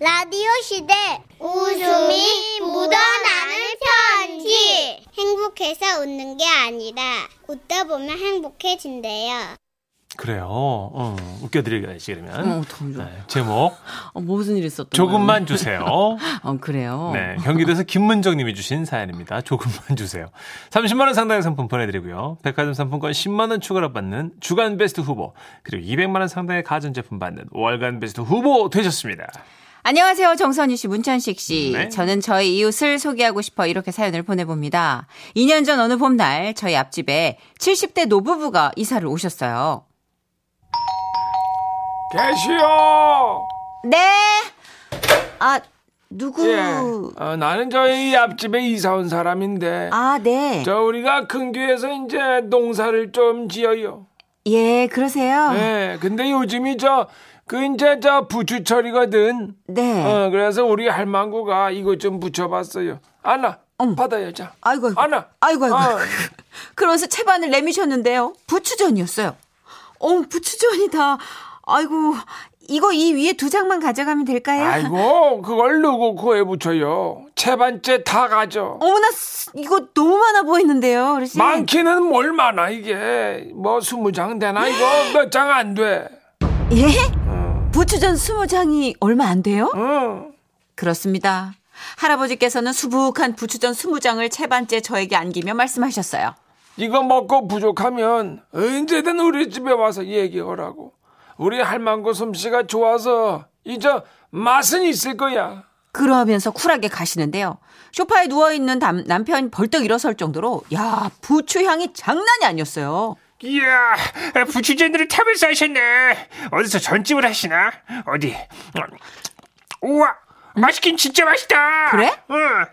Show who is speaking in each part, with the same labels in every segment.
Speaker 1: 라디오 시대 웃음이 묻어나는 편지 행복해서 웃는 게 아니라 웃다 보면 행복해진대요.
Speaker 2: 그래요. 어, 웃겨드려야지
Speaker 3: 어,
Speaker 2: 그러면.
Speaker 3: 어떡하면 좋아.
Speaker 2: 네, 제목
Speaker 3: 어, 뭐 무슨 일 있었던
Speaker 2: 조금만
Speaker 3: 거예요?
Speaker 2: 주세요.
Speaker 3: 어, 그래요.
Speaker 2: 네, 경기도에서 김문정님이 주신 사연입니다. 조금만 주세요. 30만 원 상당의 상품 보내드리고요. 백화점 상품권 10만 원 추가로 받는 주간 베스트 후보 그리고 200만 원 상당의 가전제품 받는 월간 베스트 후보 되셨습니다.
Speaker 3: 안녕하세요. 정선희 씨, 문천식 씨.
Speaker 2: 네.
Speaker 3: 저는 저희 이웃을 소개하고 싶어 이렇게 사연을 보내봅니다. 2년 전 어느 봄날 저희 앞집에 70대 노부부가 이사를 오셨어요.
Speaker 2: 계시오.
Speaker 3: 네. 아, 누구?
Speaker 2: 예. 어, 나는 저희 앞집에 이사 온 사람인데
Speaker 3: 예. 아, 네.
Speaker 2: 저 우리가 큰 교회에서 이제 농사를 좀 지어요.
Speaker 3: 예, 그러세요?
Speaker 2: 네, 근데 요즘이 저 그 이제 저 부추철이거든.
Speaker 3: 네.
Speaker 2: 어, 그래서 우리 할망구가 이거 좀 붙여봤어요. 안나 받아요, 자.
Speaker 3: 아이고, 아이고.
Speaker 2: 안나.
Speaker 3: 아이고, 아이고.
Speaker 2: 아.
Speaker 3: 그러면서 채반을 내미셨는데요. 부추전이었어요. 어, 부추전이다. 아이고, 이거 이 위에 두 장만 가져가면 될까요?
Speaker 2: 아이고, 그걸 누구 코에 붙여요? 채반째 다 가져.
Speaker 3: 어머나, 쓰- 이거 너무 많아 보이는데요, 어르신.
Speaker 2: 많기는 뭘 많아 이게 뭐 스무 장 되나 이거 몇 장 안 돼.
Speaker 3: 예? 부추전 20장이 얼마 안 돼요?
Speaker 2: 음. 응.
Speaker 3: 그렇습니다. 할아버지께서는 수북한 부추전 20장을 채반째 저에게 안기며 말씀하셨어요.
Speaker 2: 이거 먹고 부족하면 언제든 우리 집에 와서 얘기하라고. 우리 할망구 솜씨가 좋아서 이저 맛은 있을 거야.
Speaker 3: 그러면서 쿨하게 가시는데요. 소파에 누워있는 담- 남편이 벌떡 일어설 정도로 야 부추향이 장난이 아니었어요.
Speaker 4: 이야, 부추전들을 탑에서 하셨네. 어디서 전집을 하시나? 어디? 우와, 맛있긴 진짜 맛있다.
Speaker 3: 그래?
Speaker 4: 응.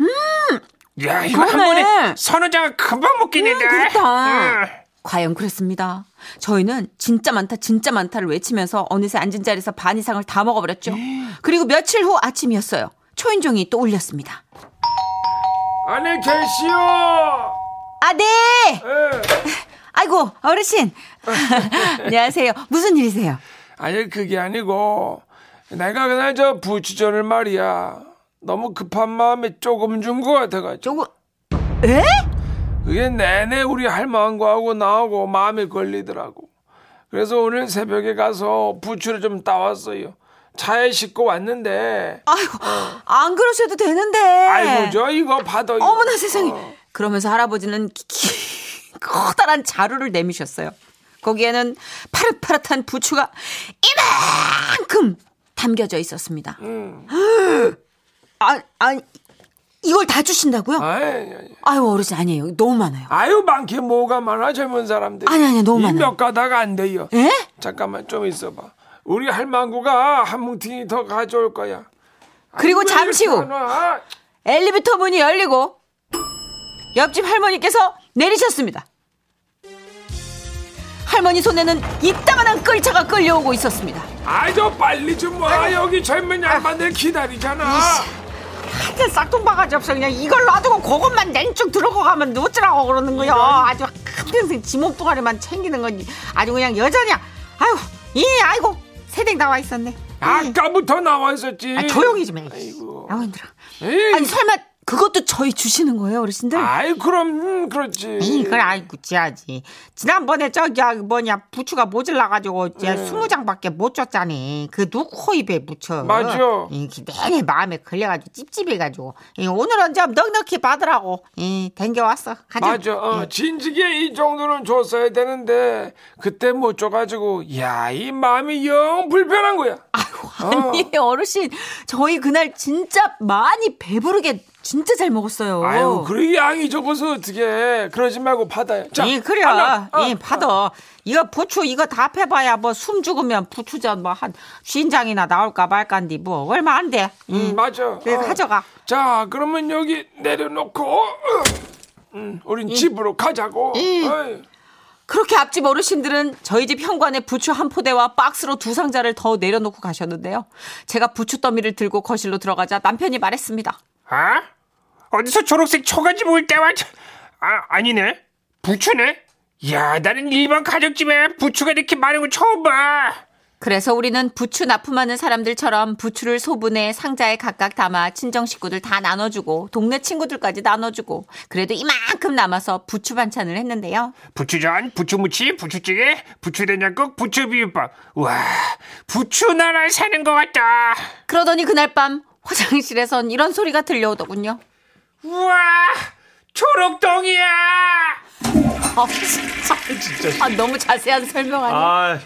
Speaker 4: 음, 야, 이거 한
Speaker 3: 그러네.
Speaker 4: 번에 서너 장을 금방 먹겠는데.
Speaker 3: 음, 그렇다.
Speaker 4: 응.
Speaker 3: 과연 그랬습니다. 저희는 진짜 많다, 진짜 많다를 외치면서 어느새 앉은 자리에서 반 이상을 다 먹어버렸죠. 그리고 며칠 후 아침이었어요. 초인종이 또 울렸습니다.
Speaker 2: 안에 계시오.
Speaker 3: 아, 네!
Speaker 2: 예.
Speaker 3: 아이고, 어르신. 안녕하세요. 무슨 일이세요?
Speaker 2: 아니 그게 아니고 내가 그날 저 부추전을 말이야 너무 급한 마음에 조금 준 거 같아가지고
Speaker 3: 저거, 에?
Speaker 2: 그게 내내 우리 할망구하고 나하고 마음에 걸리더라고 그래서 오늘 새벽에 가서 부추를 좀 따왔어요 차에 싣고 왔는데
Speaker 3: 아이고, 안 그러셔도 되는데.
Speaker 2: 아이고 저 이거 받아요
Speaker 3: 어머나 세상에.
Speaker 2: 어.
Speaker 3: 그러면서 할아버지는 기- 기- 커다란 자루를 내미셨어요. 거기에는 파릇파릇한 부추가 이만큼 담겨져 있었습니다.
Speaker 2: 음.
Speaker 3: 아, 아, 이걸 다 주신다고요?
Speaker 2: 아이, 아이.
Speaker 3: 아유, 어르신 아니에요. 너무 많아요.
Speaker 2: 아유 많게 뭐가 많아 젊은 사람들
Speaker 3: 아니, 아니, 너무 많아요.
Speaker 2: 이몇 가닥 안 돼요
Speaker 3: 예?
Speaker 2: 잠깐만 좀 있어봐. 우리 할망구가 한 뭉탱이 더 가져올 거야.
Speaker 3: 그리고
Speaker 2: 왜
Speaker 3: 잠시
Speaker 2: 이렇게
Speaker 3: 후
Speaker 2: 안 와?
Speaker 3: 엘리베이터 문이 열리고 옆집 할머니께서 내리셨습니다. 할머니 손에는 이따만한 끌차가 끌려오고 있었습니다.
Speaker 2: 아이 저 빨리 좀 와. 여기 젊은
Speaker 3: 아.
Speaker 2: 양반들 기다리잖아.
Speaker 5: 그냥 싹통 바가지 없어 그냥 이걸 놔두고 그것만 냉쭉 들어가 가면 어쩌라고 그러는 거야 아주 한평생 지목동아리만 챙기는 거니 아주 그냥 여전히 아유 이 아이고 세댁 나와 있었네
Speaker 2: 아까부터 나와 있었지.
Speaker 3: 음.
Speaker 5: 아, 조용히 좀 해.
Speaker 2: 아이고.
Speaker 5: 아우 힘들어
Speaker 2: 에이,
Speaker 3: 아니 설마 그것도 저희 주시는 거예요 어르신들?
Speaker 2: 아이 그럼 음, 그렇지.
Speaker 5: 이걸 아이고 지하지 지난번에 저기 아, 뭐냐 부추가 모질라가지고 이제
Speaker 2: 네.
Speaker 5: 스무 장밖에 못 줬잖니 그 누코 입에 묻혀
Speaker 2: 맞아.
Speaker 5: 이게 내내 마음에 걸려가지고 찝찝해가지고 이, 오늘은 좀 넉넉히 받으라고 이 댕겨왔어 가자
Speaker 2: 맞아. 어,
Speaker 3: 예.
Speaker 2: 진지게 이 정도는 줬어야 되는데 그때 못 줘가지고 야 이 마음이 영 불편한 거야. 어.
Speaker 3: 아니 어르신 저희 그날 진짜 많이 배부르게 진짜 잘 먹었어요.
Speaker 2: 아유 그래 양이 적어서 어떻게 그러지 말고 받아요. 자,
Speaker 5: 예, 그래.
Speaker 2: 하나, 어,
Speaker 5: 예, 받아. 이거 부추 이거 다 패봐야 뭐 숨 죽으면 부추전 뭐 한 신장이나 나올까 말까인데 뭐 얼마 안 돼.
Speaker 2: 음, 맞아.
Speaker 5: 그래,
Speaker 3: 네,
Speaker 2: 어.
Speaker 5: 가져가.
Speaker 2: 자, 그러면 여기 내려놓고, 어, 음, 우린 집으로 가자고. 어이.
Speaker 3: 그렇게 앞집 어르신들은 저희 집 현관에 부추 한 포대와 박스로 두 상자를 더 내려놓고 가셨는데요. 제가 부추 더미를 들고 거실로 들어가자 남편이 말했습니다.
Speaker 4: 아? 어디서 초록색 초가집 올 때와 참- 아 아니네 부추네. 야 나는 일반 가정집에 부추가 이렇게 많은 걸 처음 봐.
Speaker 3: 그래서 우리는 부추 납품하는 사람들처럼 부추를 소분해 상자에 각각 담아 친정 식구들 다 나눠주고 동네 친구들까지 나눠주고 그래도 이만큼 남아서 부추 반찬을 했는데요.
Speaker 4: 부추전, 부추무치, 부추찌개, 부추된장국, 부추비빔밥. 와, 부추나라에 사는 것 같다.
Speaker 3: 그러더니 그날 밤 화장실에선 이런 소리가 들려오더군요.
Speaker 4: 우와, 초록동이야.
Speaker 3: 아, 진짜. 아, 너무 자세한 설명하네.
Speaker 6: 아,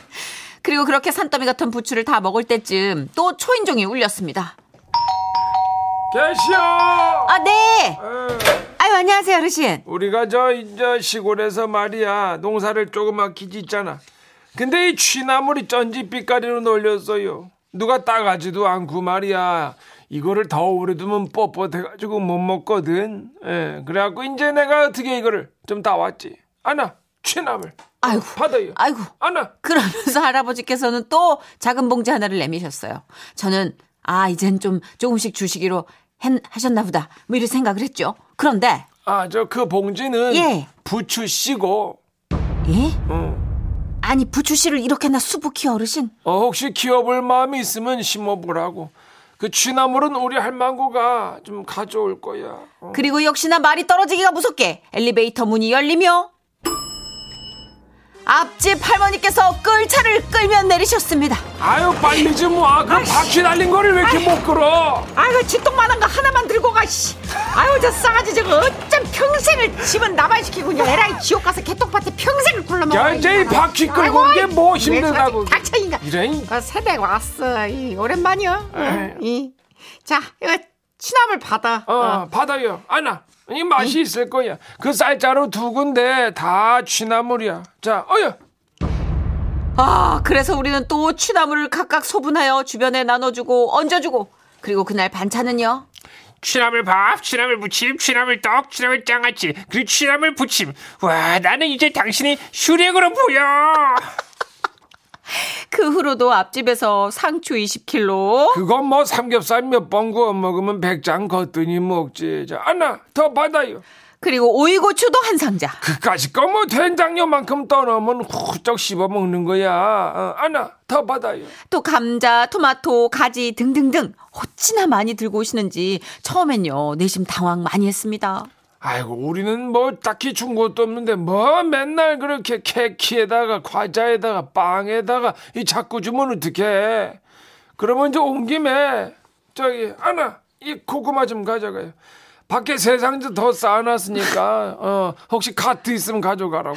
Speaker 3: 그리고 그렇게 산더미 같은 부추를 다 먹을 때쯤 또 초인종이 울렸습니다.
Speaker 4: 계시오.
Speaker 3: 아, 네! 아유, 안녕하세요, 어르신.
Speaker 4: 우리가 저 이제 시골에서 말이야 농사를 조그맣게
Speaker 2: 기지 있잖아. 근데 이 취나물이 전지 빛깔이로 놀렸어요. 누가 따가지도 않고 말이야. 이거를 더 오래 두면 뻣뻣해가지고 못 먹거든. 예, 그래갖고 이제 내가 어떻게 이거를 좀 따왔지. 아나 취나물
Speaker 3: 아이고.
Speaker 2: 받아요.
Speaker 3: 아이고.
Speaker 2: 아나
Speaker 3: 그러면서 할아버지께서는 또 작은 봉지 하나를 내미셨어요. 저는, 아, 이젠 좀 조금씩 주시기로 했, 하셨나 보다. 뭐 이런 생각을 했죠. 그런데,
Speaker 2: 아 저 그 봉지는
Speaker 3: 예.
Speaker 2: 부추 씨고
Speaker 3: 예? 아니, 부추씨를 이렇게나 수북히 어르신?
Speaker 2: 어, 혹시 키워볼 마음이 있으면 심어보라고. 그 취나물은 우리 할망구가 좀 가져올 거야. 어.
Speaker 3: 그리고 역시나 말이 떨어지기가 무섭게 엘리베이터 문이 열리며 앞집 할머니께서 끌차를 끌면 내리셨습니다.
Speaker 2: 아유 빨리 좀 와. 그럼 바퀴 달린 거를 왜 이렇게 못 끌어?
Speaker 5: 아이고 지똥만한 거 하나만 들고 가 씨. 아유 저 싸가지 저거 어쩜 평생을 집은 나발시키고 그냥 에라이 지옥 가서 개똥밭에 평생을 굴러먹어
Speaker 2: 야, 이제 이 바퀴 끌고 온게뭐 힘들다고.
Speaker 5: 닥쳐인가
Speaker 2: 이런
Speaker 5: 어, 세대 왔어 이, 오랜만이야 이자 이거 취납을 받아
Speaker 2: 어, 받아요. 안아. 이 맛이 있을 거야. 그 쌀자루 두 군데 다 취나물이야. 자, 어여.
Speaker 3: 아, 그래서 우리는 또 취나물을 각각 소분하여 주변에 나눠주고 얹어주고 그리고 그날 반찬은요.
Speaker 4: 취나물 밥, 취나물 무침, 취나물 떡, 취나물 장아찌, 그리고 취나물 부침. 와, 나는 이제 당신이 슈렉으로 보여.
Speaker 3: 그 후로도 앞집에서 상추 20kg.
Speaker 2: 그건 뭐 삼겹살 몇 번 구워 먹으면 백장 거뜬히 먹지. 자, 안아. 더 받아요.
Speaker 3: 그리고 오이고추도 한 상자.
Speaker 2: 그까짓 거 뭐 된장녀만큼 떠넣으면 후쩍 씹어 먹는 거야. 어, 안아. 더 받아요.
Speaker 3: 또 감자, 토마토, 가지 등등등 어찌나 많이 들고 오시는지 처음엔요. 내심 당황 많이 했습니다.
Speaker 2: 아이고 우리는 뭐 딱히 준 것도 없는데 뭐 맨날 그렇게 케키에다가 과자에다가 빵에다가 이 자꾸 주면 어떡해 그러면 이제 온 김에 저기 하나 이 고구마 좀 가져가요 밖에 세 상자 더 쌓아놨으니까 어 혹시 카트 있으면 가져가라고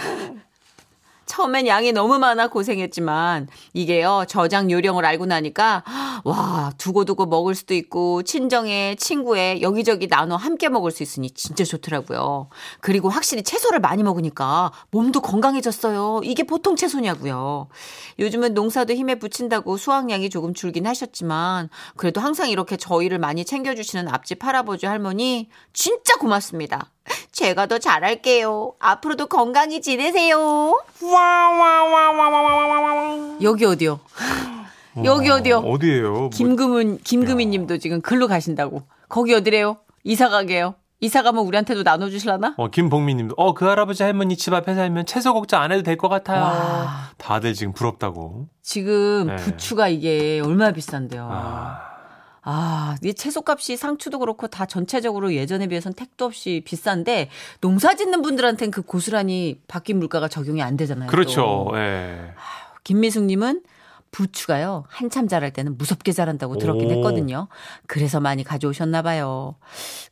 Speaker 3: 처음엔 양이 너무 많아 고생했지만 이게요 저장 요령을 알고 나니까 와 두고두고 먹을 수도 있고 친정에 친구에 여기저기 나눠 함께 먹을 수 있으니 진짜 좋더라고요. 그리고 확실히 채소를 많이 먹으니까 몸도 건강해졌어요. 이게 보통 채소냐고요. 요즘은 농사도 힘에 붙인다고 수확량이 조금 줄긴 하셨지만 그래도 항상 이렇게 저희를 많이 챙겨주시는 앞집 할아버지 할머니 진짜 고맙습니다. 제가 더 잘할게요. 앞으로도 건강히 지내세요. 여기 어디요? 여기 어디요?
Speaker 6: 어디예요? 뭐
Speaker 3: 김금은 김금희님도 지금 글로 가신다고. 거기 어디래요? 이사 가게요. 이사 가면 우리한테도 나눠주실라나?
Speaker 6: 어, 김복민님도 어 그 할아버지 할머니 집 앞에 살면 채소 걱정 안 해도 될 것 같아요. 다들 지금 부럽다고.
Speaker 3: 지금
Speaker 6: 네.
Speaker 3: 부추가 이게 얼마나 비싼데요. 아,
Speaker 6: 아,
Speaker 3: 이 채소값이 상추도 그렇고 다 전체적으로 예전에 비해선 택도 없이 비싼데 농사 짓는 분들한테는 그 고스란히 바뀐 물가가 적용이 안 되잖아요. 또.
Speaker 6: 그렇죠. 예.
Speaker 3: 김미숙님은 부추가요 한참 자랄 때는 무섭게 자란다고 들었긴
Speaker 6: 오.
Speaker 3: 했거든요. 그래서 많이 가져오셨나 봐요.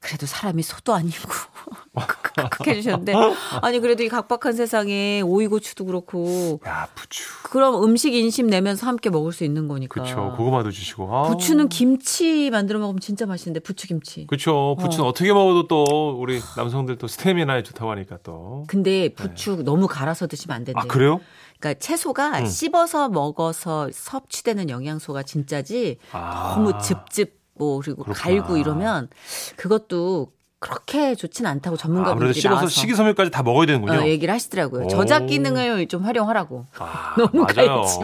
Speaker 3: 그래도 사람이 소도 아니고 크크크 해주셨는데 아니 그래도 이 각박한 세상에 오이고추도 그렇고
Speaker 6: 야 부추.
Speaker 3: 그럼 음식 인심 내면서 함께 먹을 수 있는 거니까.
Speaker 6: 그렇죠. 고구마도 주시고. 아.
Speaker 3: 부추는 김치 만들어 먹으면 진짜 맛있는데 부추 김치.
Speaker 6: 그렇죠. 부추는 어. 떻게 먹어도 또 우리 남성들 또 스태미나에 좋다고 하니까 또.
Speaker 3: 근데 부추 너무 갈아서 드시면 안 된대요.
Speaker 6: 아 그래요?
Speaker 3: 그러니까 채소가
Speaker 6: 음.
Speaker 3: 씹어서 먹어서 섭취되는 영양소가 진짜지
Speaker 6: 아.
Speaker 3: 너무 즙즙 뭐 그리고
Speaker 6: 그렇구나.
Speaker 3: 갈고 이러면 그것도 그렇게 좋진 않다고
Speaker 6: 아무래도
Speaker 3: 전문가분들이
Speaker 6: 씹어서
Speaker 3: 나와서
Speaker 6: 식이섬유까지 다 먹어야 되는군요.
Speaker 3: 어, 얘기를 하시더라고요.
Speaker 6: 오.
Speaker 3: 저작 기능을 좀 활용하라고.
Speaker 6: 아,
Speaker 3: 너무
Speaker 6: 맞아요.
Speaker 3: 갈지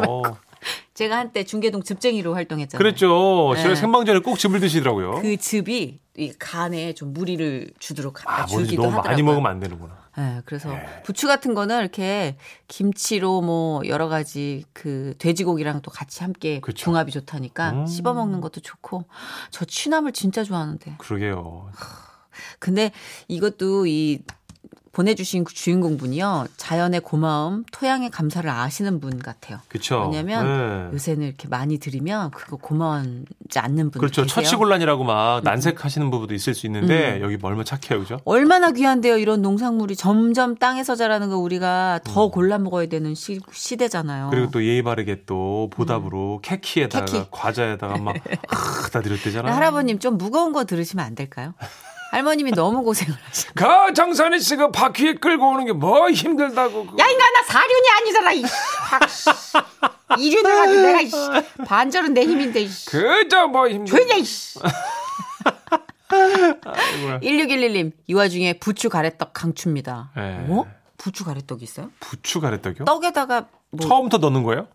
Speaker 3: 제가 한때 중계동 즙쟁이로 활동했잖아요.
Speaker 6: 그랬죠.
Speaker 3: 네.
Speaker 6: 제가 생방전에 꼭 즙을 드시더라고요.
Speaker 3: 그 즙이 이 간에 좀 무리를 주도록
Speaker 6: 아,
Speaker 3: 아,
Speaker 6: 뭔지
Speaker 3: 주기도
Speaker 6: 너무
Speaker 3: 하더라고요.
Speaker 6: 많이 먹으면 안 되는구나.
Speaker 3: 예, 그래서 부추 같은 거는 이렇게 김치로 뭐 여러 가지 그 돼지고기랑 또 같이 함께
Speaker 6: 그쵸.
Speaker 3: 궁합이 좋다니까
Speaker 6: 음.
Speaker 3: 씹어 먹는 것도 좋고 저 취나물 진짜 좋아하는데.
Speaker 6: 그러게요.
Speaker 3: 근데 이것도 이 보내주신 그 주인공 분이요 자연의 고마움, 토양의 감사를 아시는 분 같아요.
Speaker 6: 그쵸.
Speaker 3: 왜냐면
Speaker 6: 네.
Speaker 3: 요새는 이렇게 많이 드리면 그거 고마워하지 않는 분들
Speaker 6: 그렇죠.
Speaker 3: 계세요. 음.
Speaker 6: 처치곤란이라고 막 난색하시는 부부도 있을 수 있는데 여기 멀면 착해요, 그죠?
Speaker 3: 어. 얼마나 귀한데요 이런 농산물이 점점 땅에서 자라는 거 우리가 더 골라 먹어야 되는 시, 대잖아요
Speaker 6: 음. 그리고 또 예의 바르게 또 보답으로 캐키에다가
Speaker 3: 음. 캐키.
Speaker 6: 과자에다가 막다 드렸대잖아요.
Speaker 3: 할아버님 좀 무거운 거 들으시면 안 될까요? 할머님이 너무 고생을 하시.
Speaker 2: 가그 정선희 씨가 바퀴에 끌고 오는 게 뭐 힘들다고. 그거.
Speaker 5: 야 인간아 사륜이 아니잖아 이 박씨 이륜해가지고 내가 이씨 반절은 내 힘인데 이씨
Speaker 2: 그저 뭐 힘들.
Speaker 5: 조용히 해, 이씨
Speaker 3: 1611님 이 와중에 부추 가래떡 강추입니다.
Speaker 6: 네.
Speaker 3: 뭐? 부추 가래떡이 있어요?
Speaker 6: 부추 가래떡이요?
Speaker 3: 떡에다가 뭐
Speaker 6: 처음부터 넣는 거예요?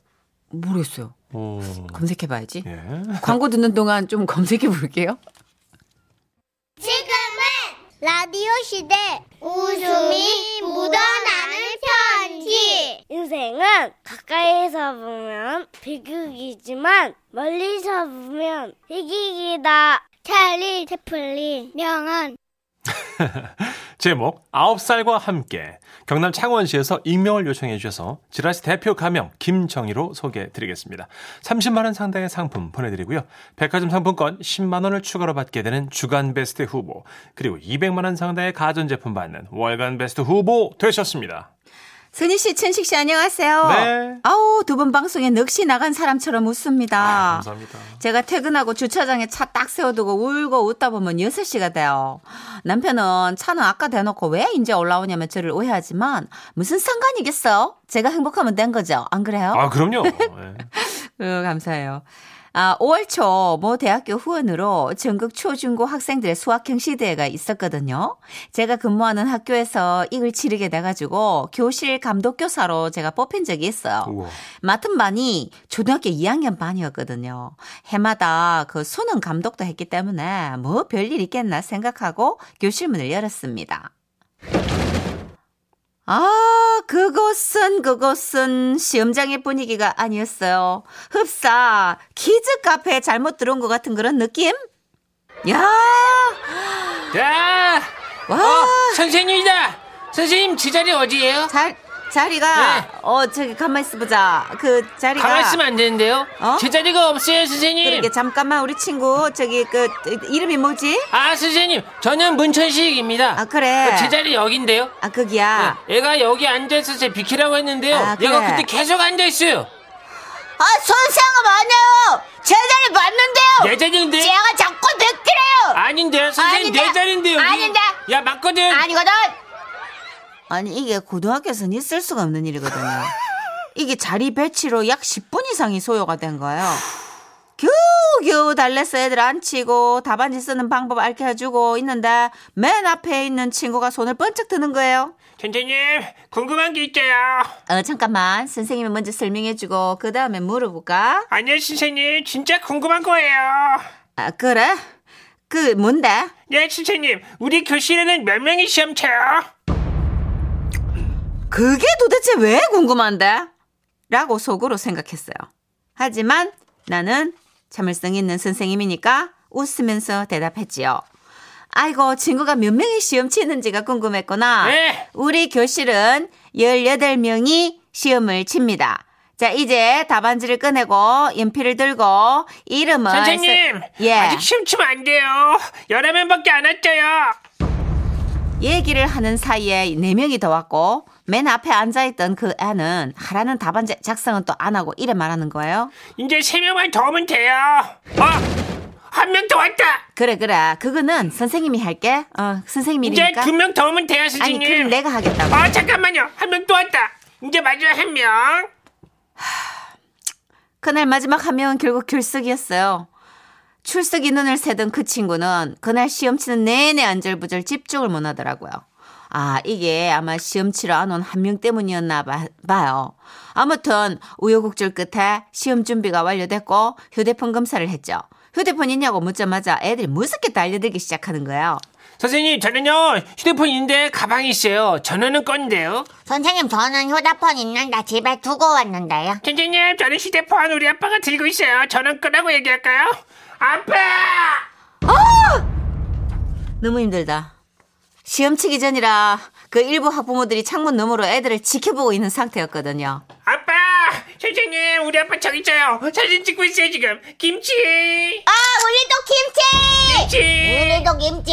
Speaker 3: 모르겠어요.
Speaker 6: 오.
Speaker 3: 검색해봐야지.
Speaker 6: 예.
Speaker 3: 광고 듣는 동안 좀 검색해 볼게요.
Speaker 1: 지금은 라디오 시대 웃음이 묻어나는 편지
Speaker 7: 인생은 가까이서 보면 비극이지만 멀리서 보면 희극이다.
Speaker 1: 찰리 채플린 명언
Speaker 6: 제목 9살과 함께 경남 창원시에서 익명을 요청해 주셔서 지라시 대표 가명 김정희로 소개해 드리겠습니다. 30만 원 상당의 상품 보내 드리고요. 백화점 상품권 10만 원을 추가로 받게 되는 주간 베스트 후보, 그리고 200만 원 상당의 가전 제품 받는 월간 베스트 후보 되셨습니다.
Speaker 3: 스니 씨, 춘식 씨, 안녕하세요.
Speaker 6: 네.
Speaker 3: 아우, 두 분 방송에 넋이 나간 사람처럼 웃습니다.
Speaker 6: 아, 감사합니다.
Speaker 3: 제가 퇴근하고 주차장에 차 딱 세워두고 울고 웃다 보면 6시가 돼요. 남편은 차는 아까 대놓고 왜 이제 올라오냐면 저를 오해하지만 무슨 상관이겠어? 제가 행복하면 된 거죠. 안 그래요?
Speaker 6: 아, 그럼요. 예.
Speaker 3: 어, 감사해요. 아, 5월 초 모 대학교 후원으로 전국 초중고 학생들의 수학형 시대회가 있었거든요. 제가 근무하는 학교에서 이걸 치르게 돼가지고 교실 감독교사로 제가 뽑힌 적이 있어요.
Speaker 6: 우와.
Speaker 3: 맡은 반이 초등학교 2학년 반이었거든요. 해마다 그 수능 감독도 했기 때문에 뭐 별일 있겠나 생각하고 교실문을 열었습니다. 아, 그곳은 그곳은 시험장의 분위기가 아니었어요. 흡사 키즈 카페에 잘못 들어온 것 같은 그런 느낌? 야,
Speaker 4: 자,
Speaker 3: 와,
Speaker 4: 어, 선생님이다. 선생님, 제 자리 어디예요?
Speaker 3: 잘 자리가
Speaker 4: 네.
Speaker 3: 어 저기 가만 있어 보자. 그 자리가
Speaker 4: 가만 있으면 안 되는데요.
Speaker 3: 어?
Speaker 4: 제 자리가 없어요, 선생님.
Speaker 3: 그러게 잠깐만 우리 친구 저기 그 이름이 뭐지?
Speaker 4: 아, 선생님, 저는 문천식입니다. 어,
Speaker 3: 아, 그래.
Speaker 4: 제 자리 여긴데요.
Speaker 3: 아 거기야.
Speaker 4: 네, 얘가 여기 앉아있어 제 비키라고 했는데요.
Speaker 3: 아, 그래.
Speaker 4: 얘가 그때 계속 앉아있어요.
Speaker 3: 아 선생님 아니에요. 제 자리 맞는데요.
Speaker 4: 내 자리인데?
Speaker 3: 제가 자꾸 느끼래요.
Speaker 4: 아닌데요, 선생님
Speaker 3: 아닌데.
Speaker 4: 내 자리인데요. 여기.
Speaker 3: 아닌데.
Speaker 4: 야, 맞거든.
Speaker 3: 아니거든. 아니 이게 고등학교에서는 있을 수가 없는 일이거든요. 이게 자리 배치로 약 10분 이상이 소요가 된 거예요. 겨우겨우 달래서 애들 앉히고 답안지 쓰는 방법 알려주고 있는데 맨 앞에 있는 친구가 손을 번쩍 드는 거예요.
Speaker 4: 선생님, 궁금한 게 있어요.
Speaker 3: 어, 잠깐만. 선생님이 먼저 설명해주고, 그 다음에 물어볼까?
Speaker 4: 아니요, 선생님, 진짜 궁금한 거예요.
Speaker 3: 아, 그래? 그, 뭔데?
Speaker 4: 네, 선생님, 우리 교실에는 몇 명이 시험 쳐요?
Speaker 3: 그게 도대체 왜 궁금한데? 라고 속으로 생각했어요. 하지만 나는 참을성 있는 선생님이니까 웃으면서 대답했지요. 아이고, 친구가 몇 명이 시험 치는지가 궁금했구나.
Speaker 4: 네.
Speaker 3: 우리 교실은 18명이 시험을 칩니다. 자, 이제 답안지를 꺼내고, 연필을 들고, 이름을. 예. 쓰-
Speaker 4: 선생님, 아직 시험 치면 안 돼요. 여러 명밖에 안 왔어요.
Speaker 3: 얘기를 하는 사이에 네 명이 더 왔고 맨 앞에 앉아있던 그 애는 하라는 답안 자- 작성은 또 안 하고 이래 말하는 거예요.
Speaker 4: 이제 세 명만 더 오면 돼요. 어, 한 명 더 왔다.
Speaker 3: 그래 그래 그거는 선생님이 할게. 어 선생님이
Speaker 4: 이제
Speaker 3: 일이니까.
Speaker 4: 두 명 더 오면 돼요,
Speaker 3: 아니
Speaker 4: 선생님.
Speaker 3: 그럼 네. 내가 하겠다고.
Speaker 4: 아 잠깐만요 한 명 또 왔다 이제 마지막 한명
Speaker 3: 그날 마지막 한 명은 결국 결석이었어요. 출석 인원을 세던 그 친구는 그날 시험 치는 내내 안절부절 집중을 못 하더라고요. 아, 이게 아마 시험 치러 안 온 한 명 때문이었나 봐- 봐요. 아무튼 우여곡절 끝에 시험 준비가 완료됐고 휴대폰 검사를 했죠. 휴대폰 있냐고 묻자마자 애들이 무섭게 달려들기 시작하는 거예요.
Speaker 4: 선생님 저는요 휴대폰 있는데 가방이 있어요 전화는 건데요
Speaker 1: 선생님, 저는 휴대폰 있는데 집에 두고 왔는데요.
Speaker 4: 선생님 저는 휴대폰 우리 아빠가 들고 있어요 전화 끄라고 얘기할까요? 아빠!
Speaker 3: 너무 힘들다. 시험 치기 전이라 그 일부 학부모들이 창문 너머로 애들을 지켜보고 있는 상태였거든요.
Speaker 4: 아빠! 선생님 우리 아빠 저기 있어요 사진 찍고 있어요 지금 김치!
Speaker 1: 아, 우리도
Speaker 4: 네.
Speaker 1: 김치!
Speaker 4: 김치!
Speaker 1: 우리도 김치!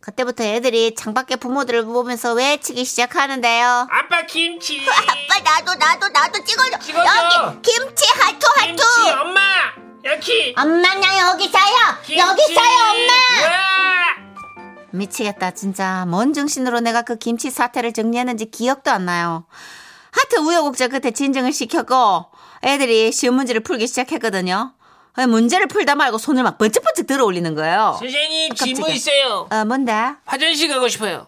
Speaker 3: 그때부터 애들이 창밖에 부모들을 보면서 외치기 시작하는데요.
Speaker 4: 아빠 김치!
Speaker 1: 그 아빠, 나도, 나도, 나도 찍어줘.
Speaker 4: 찍어줘.
Speaker 1: 여기, 김치 하투, 하투!
Speaker 4: 김치 엄마! 여기!
Speaker 1: 엄마, 나 여기 사요!
Speaker 4: 김치!
Speaker 1: 여기 사요, 엄마!
Speaker 4: 우와!
Speaker 3: 미치겠다 진짜 뭔 정신으로 내가 그 김치 사태를 정리했는지 기억도 안 나요. 하여튼 우여곡절 끝에 진정을 시켰고 애들이 시험 문제를 풀기 시작했거든요. 문제를 풀다 말고 손을 막 번쩍번쩍 들어 올리는 거예요.
Speaker 4: 선생님
Speaker 3: 아, 깜짝이야.
Speaker 4: 짐은 뭐 있어요
Speaker 3: 어, 뭔데?
Speaker 4: 화장실 가고 싶어요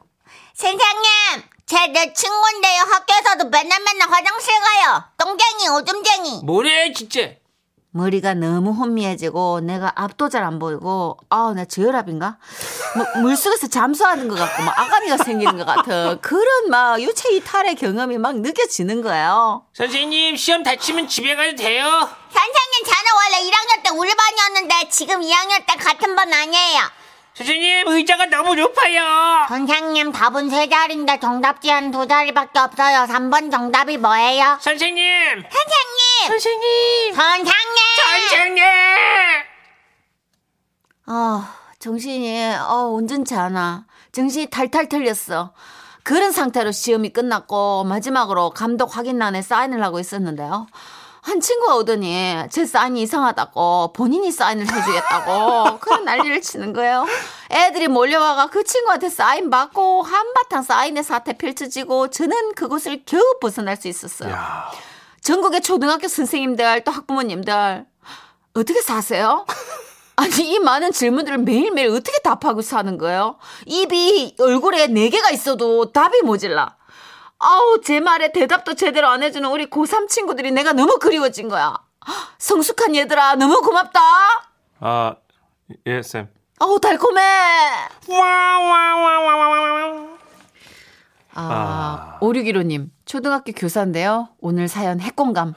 Speaker 1: 선생님! 제 내 친구인데요. 학교에서도 맨날 맨날 화장실 가요. 똥쟁이, 오줌쟁이.
Speaker 4: 뭐래 진짜
Speaker 3: 머리가 너무 혼미해지고 내가 앞도 잘 안 보이고 아우 나 저혈압인가? 뭐, 물속에서 잠수하는 것 같고 막 아가미가 생기는 것 같은 그런 막 유체 이탈의 경험이 막 느껴지는 거예요.
Speaker 4: 선생님 시험 다치면 집에 가도 돼요?
Speaker 1: 선생님, 저는 원래 1학년 때 우리 반이었는데 지금 2학년 때 같은 반 아니에요.
Speaker 4: 선생님 의자가 너무 높아요
Speaker 1: 선생님, 답은 세 자리인데 정답 제한 두 자리밖에 없어요. 3번 정답이 뭐예요?
Speaker 4: 선생님
Speaker 1: 선생님!
Speaker 4: 선생님
Speaker 1: 선생님!
Speaker 4: 선생님
Speaker 3: 아 정신이 어 온전치 않아. 정신이 탈탈 털렸어. 그런 상태로 시험이 끝났고 마지막으로 감독 확인란에 사인을 하고 있었는데요. 한 친구가 오더니 제 사인이 이상하다고 본인이 사인을 해주겠다고 그런 난리를 치는 거예요. 애들이 몰려와가 그 친구한테 사인 받고 한바탕 사인의 사태 펼쳐지고 저는 그곳을 겨우 벗어날 수 있었어요. 전국의 초등학교 선생님들 또 학부모님들 어떻게 사세요? 아니 이 많은 질문들을 매일매일 어떻게 답하고 사는 거예요? 입이 얼굴에 네 개가 있어도 답이 모질라. 아우 제 말에 대답도 제대로 안 해주는 우리 고3 친구들이 내가 너무 그리워진 거야. 성숙한 얘들아 너무 고맙다.
Speaker 6: 아, 예, 쌤.
Speaker 3: 아우 달콤해.
Speaker 4: 와와와와와와
Speaker 3: 아, 5615님 초등학교 교사인데요. 오늘 사연 핵공감.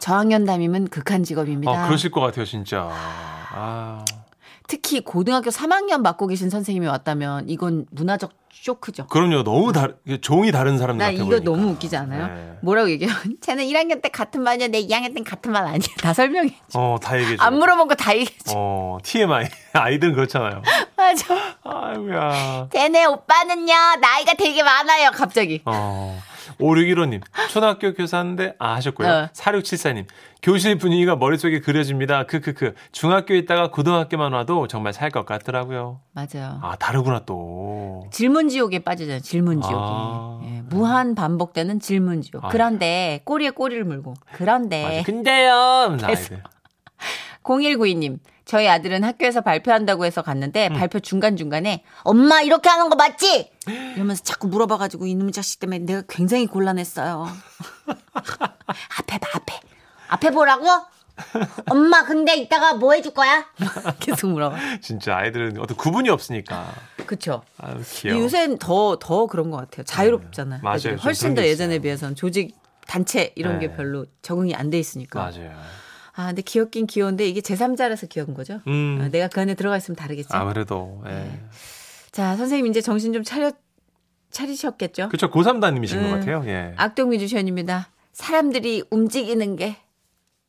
Speaker 3: 저학년 담임은 극한 직업입니다.
Speaker 6: 아, 그러실 것 같아요, 진짜. 아,
Speaker 3: 특히 고등학교 3학년 맡고 계신 선생님이 왔다면 이건 문화적 쇼크죠.
Speaker 6: 그럼요. 너무 다 종이 다른 사람
Speaker 3: 나
Speaker 6: 같아
Speaker 3: 이거
Speaker 6: 보이니까.
Speaker 3: 너무 웃기지 않아요?
Speaker 6: 네.
Speaker 3: 뭐라고 얘기해요? 쟤는 1학년 때 같은 반이야, 내 2학년 때 같은 반 아니야. 다 설명해.
Speaker 6: 어, 다 얘기해 줘.
Speaker 3: 안 물어본 거 다 얘기해줘.
Speaker 6: 어, TMI. 아이들은 그렇잖아요.
Speaker 3: 맞아.
Speaker 6: 아이고야.
Speaker 3: 쟤네 오빠는요, 나이가 되게 많아요, 갑자기.
Speaker 6: 어. 5615님, 초등학교 교사인데, 아, 하셨고요.
Speaker 3: 네.
Speaker 6: 4674님, 교실 분위기가 머릿속에 그려집니다. 크크크. 중학교에 있다가 고등학교만 와도 정말 살 것 같더라고요.
Speaker 3: 맞아요.
Speaker 6: 아, 다르구나, 또.
Speaker 3: 질문 지옥에 빠지잖아요, 질문 지옥에.
Speaker 6: 아.
Speaker 3: 예, 무한 반복되는 질문 지옥.
Speaker 6: 아.
Speaker 3: 그런데, 꼬리에 꼬리를 물고.
Speaker 6: 맞아.
Speaker 3: 그런데,
Speaker 6: 근데요, 아이들.
Speaker 3: 0192님, 저희 아들은 학교에서 발표한다고 해서
Speaker 6: 음.
Speaker 3: 갔는데, 발표 중간중간에,
Speaker 1: 엄마, 이렇게 하는 거 맞지?
Speaker 3: 이러면서 자꾸 물어봐가지고 이놈의 자식 때문에 내가 굉장히 곤란했어요. 앞에 봐 앞에
Speaker 1: 앞에 보라고? 엄마, 근데 이따가 뭐 해줄 거야?
Speaker 3: 계속 물어봐.
Speaker 6: 진짜 아이들은 어떤 구분이 없으니까.
Speaker 3: 그쵸.
Speaker 6: 아유, 귀여워. 네.
Speaker 3: 요새는 더, 더 그런 것 같아요. 자유롭잖아요.
Speaker 6: 맞아요.
Speaker 3: 애들이.
Speaker 6: 좀
Speaker 3: 훨씬
Speaker 6: 그런
Speaker 3: 더
Speaker 6: 게
Speaker 3: 예전에
Speaker 6: 있어요.
Speaker 3: 비해서는 조직, 단체 이런
Speaker 6: 네.
Speaker 3: 게 별로 적응이 안 돼 있으니까.
Speaker 6: 맞아요.
Speaker 3: 아, 근데 귀엽긴 귀여운데 이게 제3자라서 귀여운 거죠?
Speaker 6: 음.
Speaker 3: 아, 내가 그 안에 들어가 있으면 다르겠지.
Speaker 6: 아무래도, 예.
Speaker 3: 자, 선생님 이제 정신 좀 차려, 차리셨겠죠?
Speaker 6: 그쵸, 고3 담임이신
Speaker 3: 음.
Speaker 6: 것 같아요, 예.
Speaker 3: 악동 뮤지션입니다. 사람들이 움직이는 게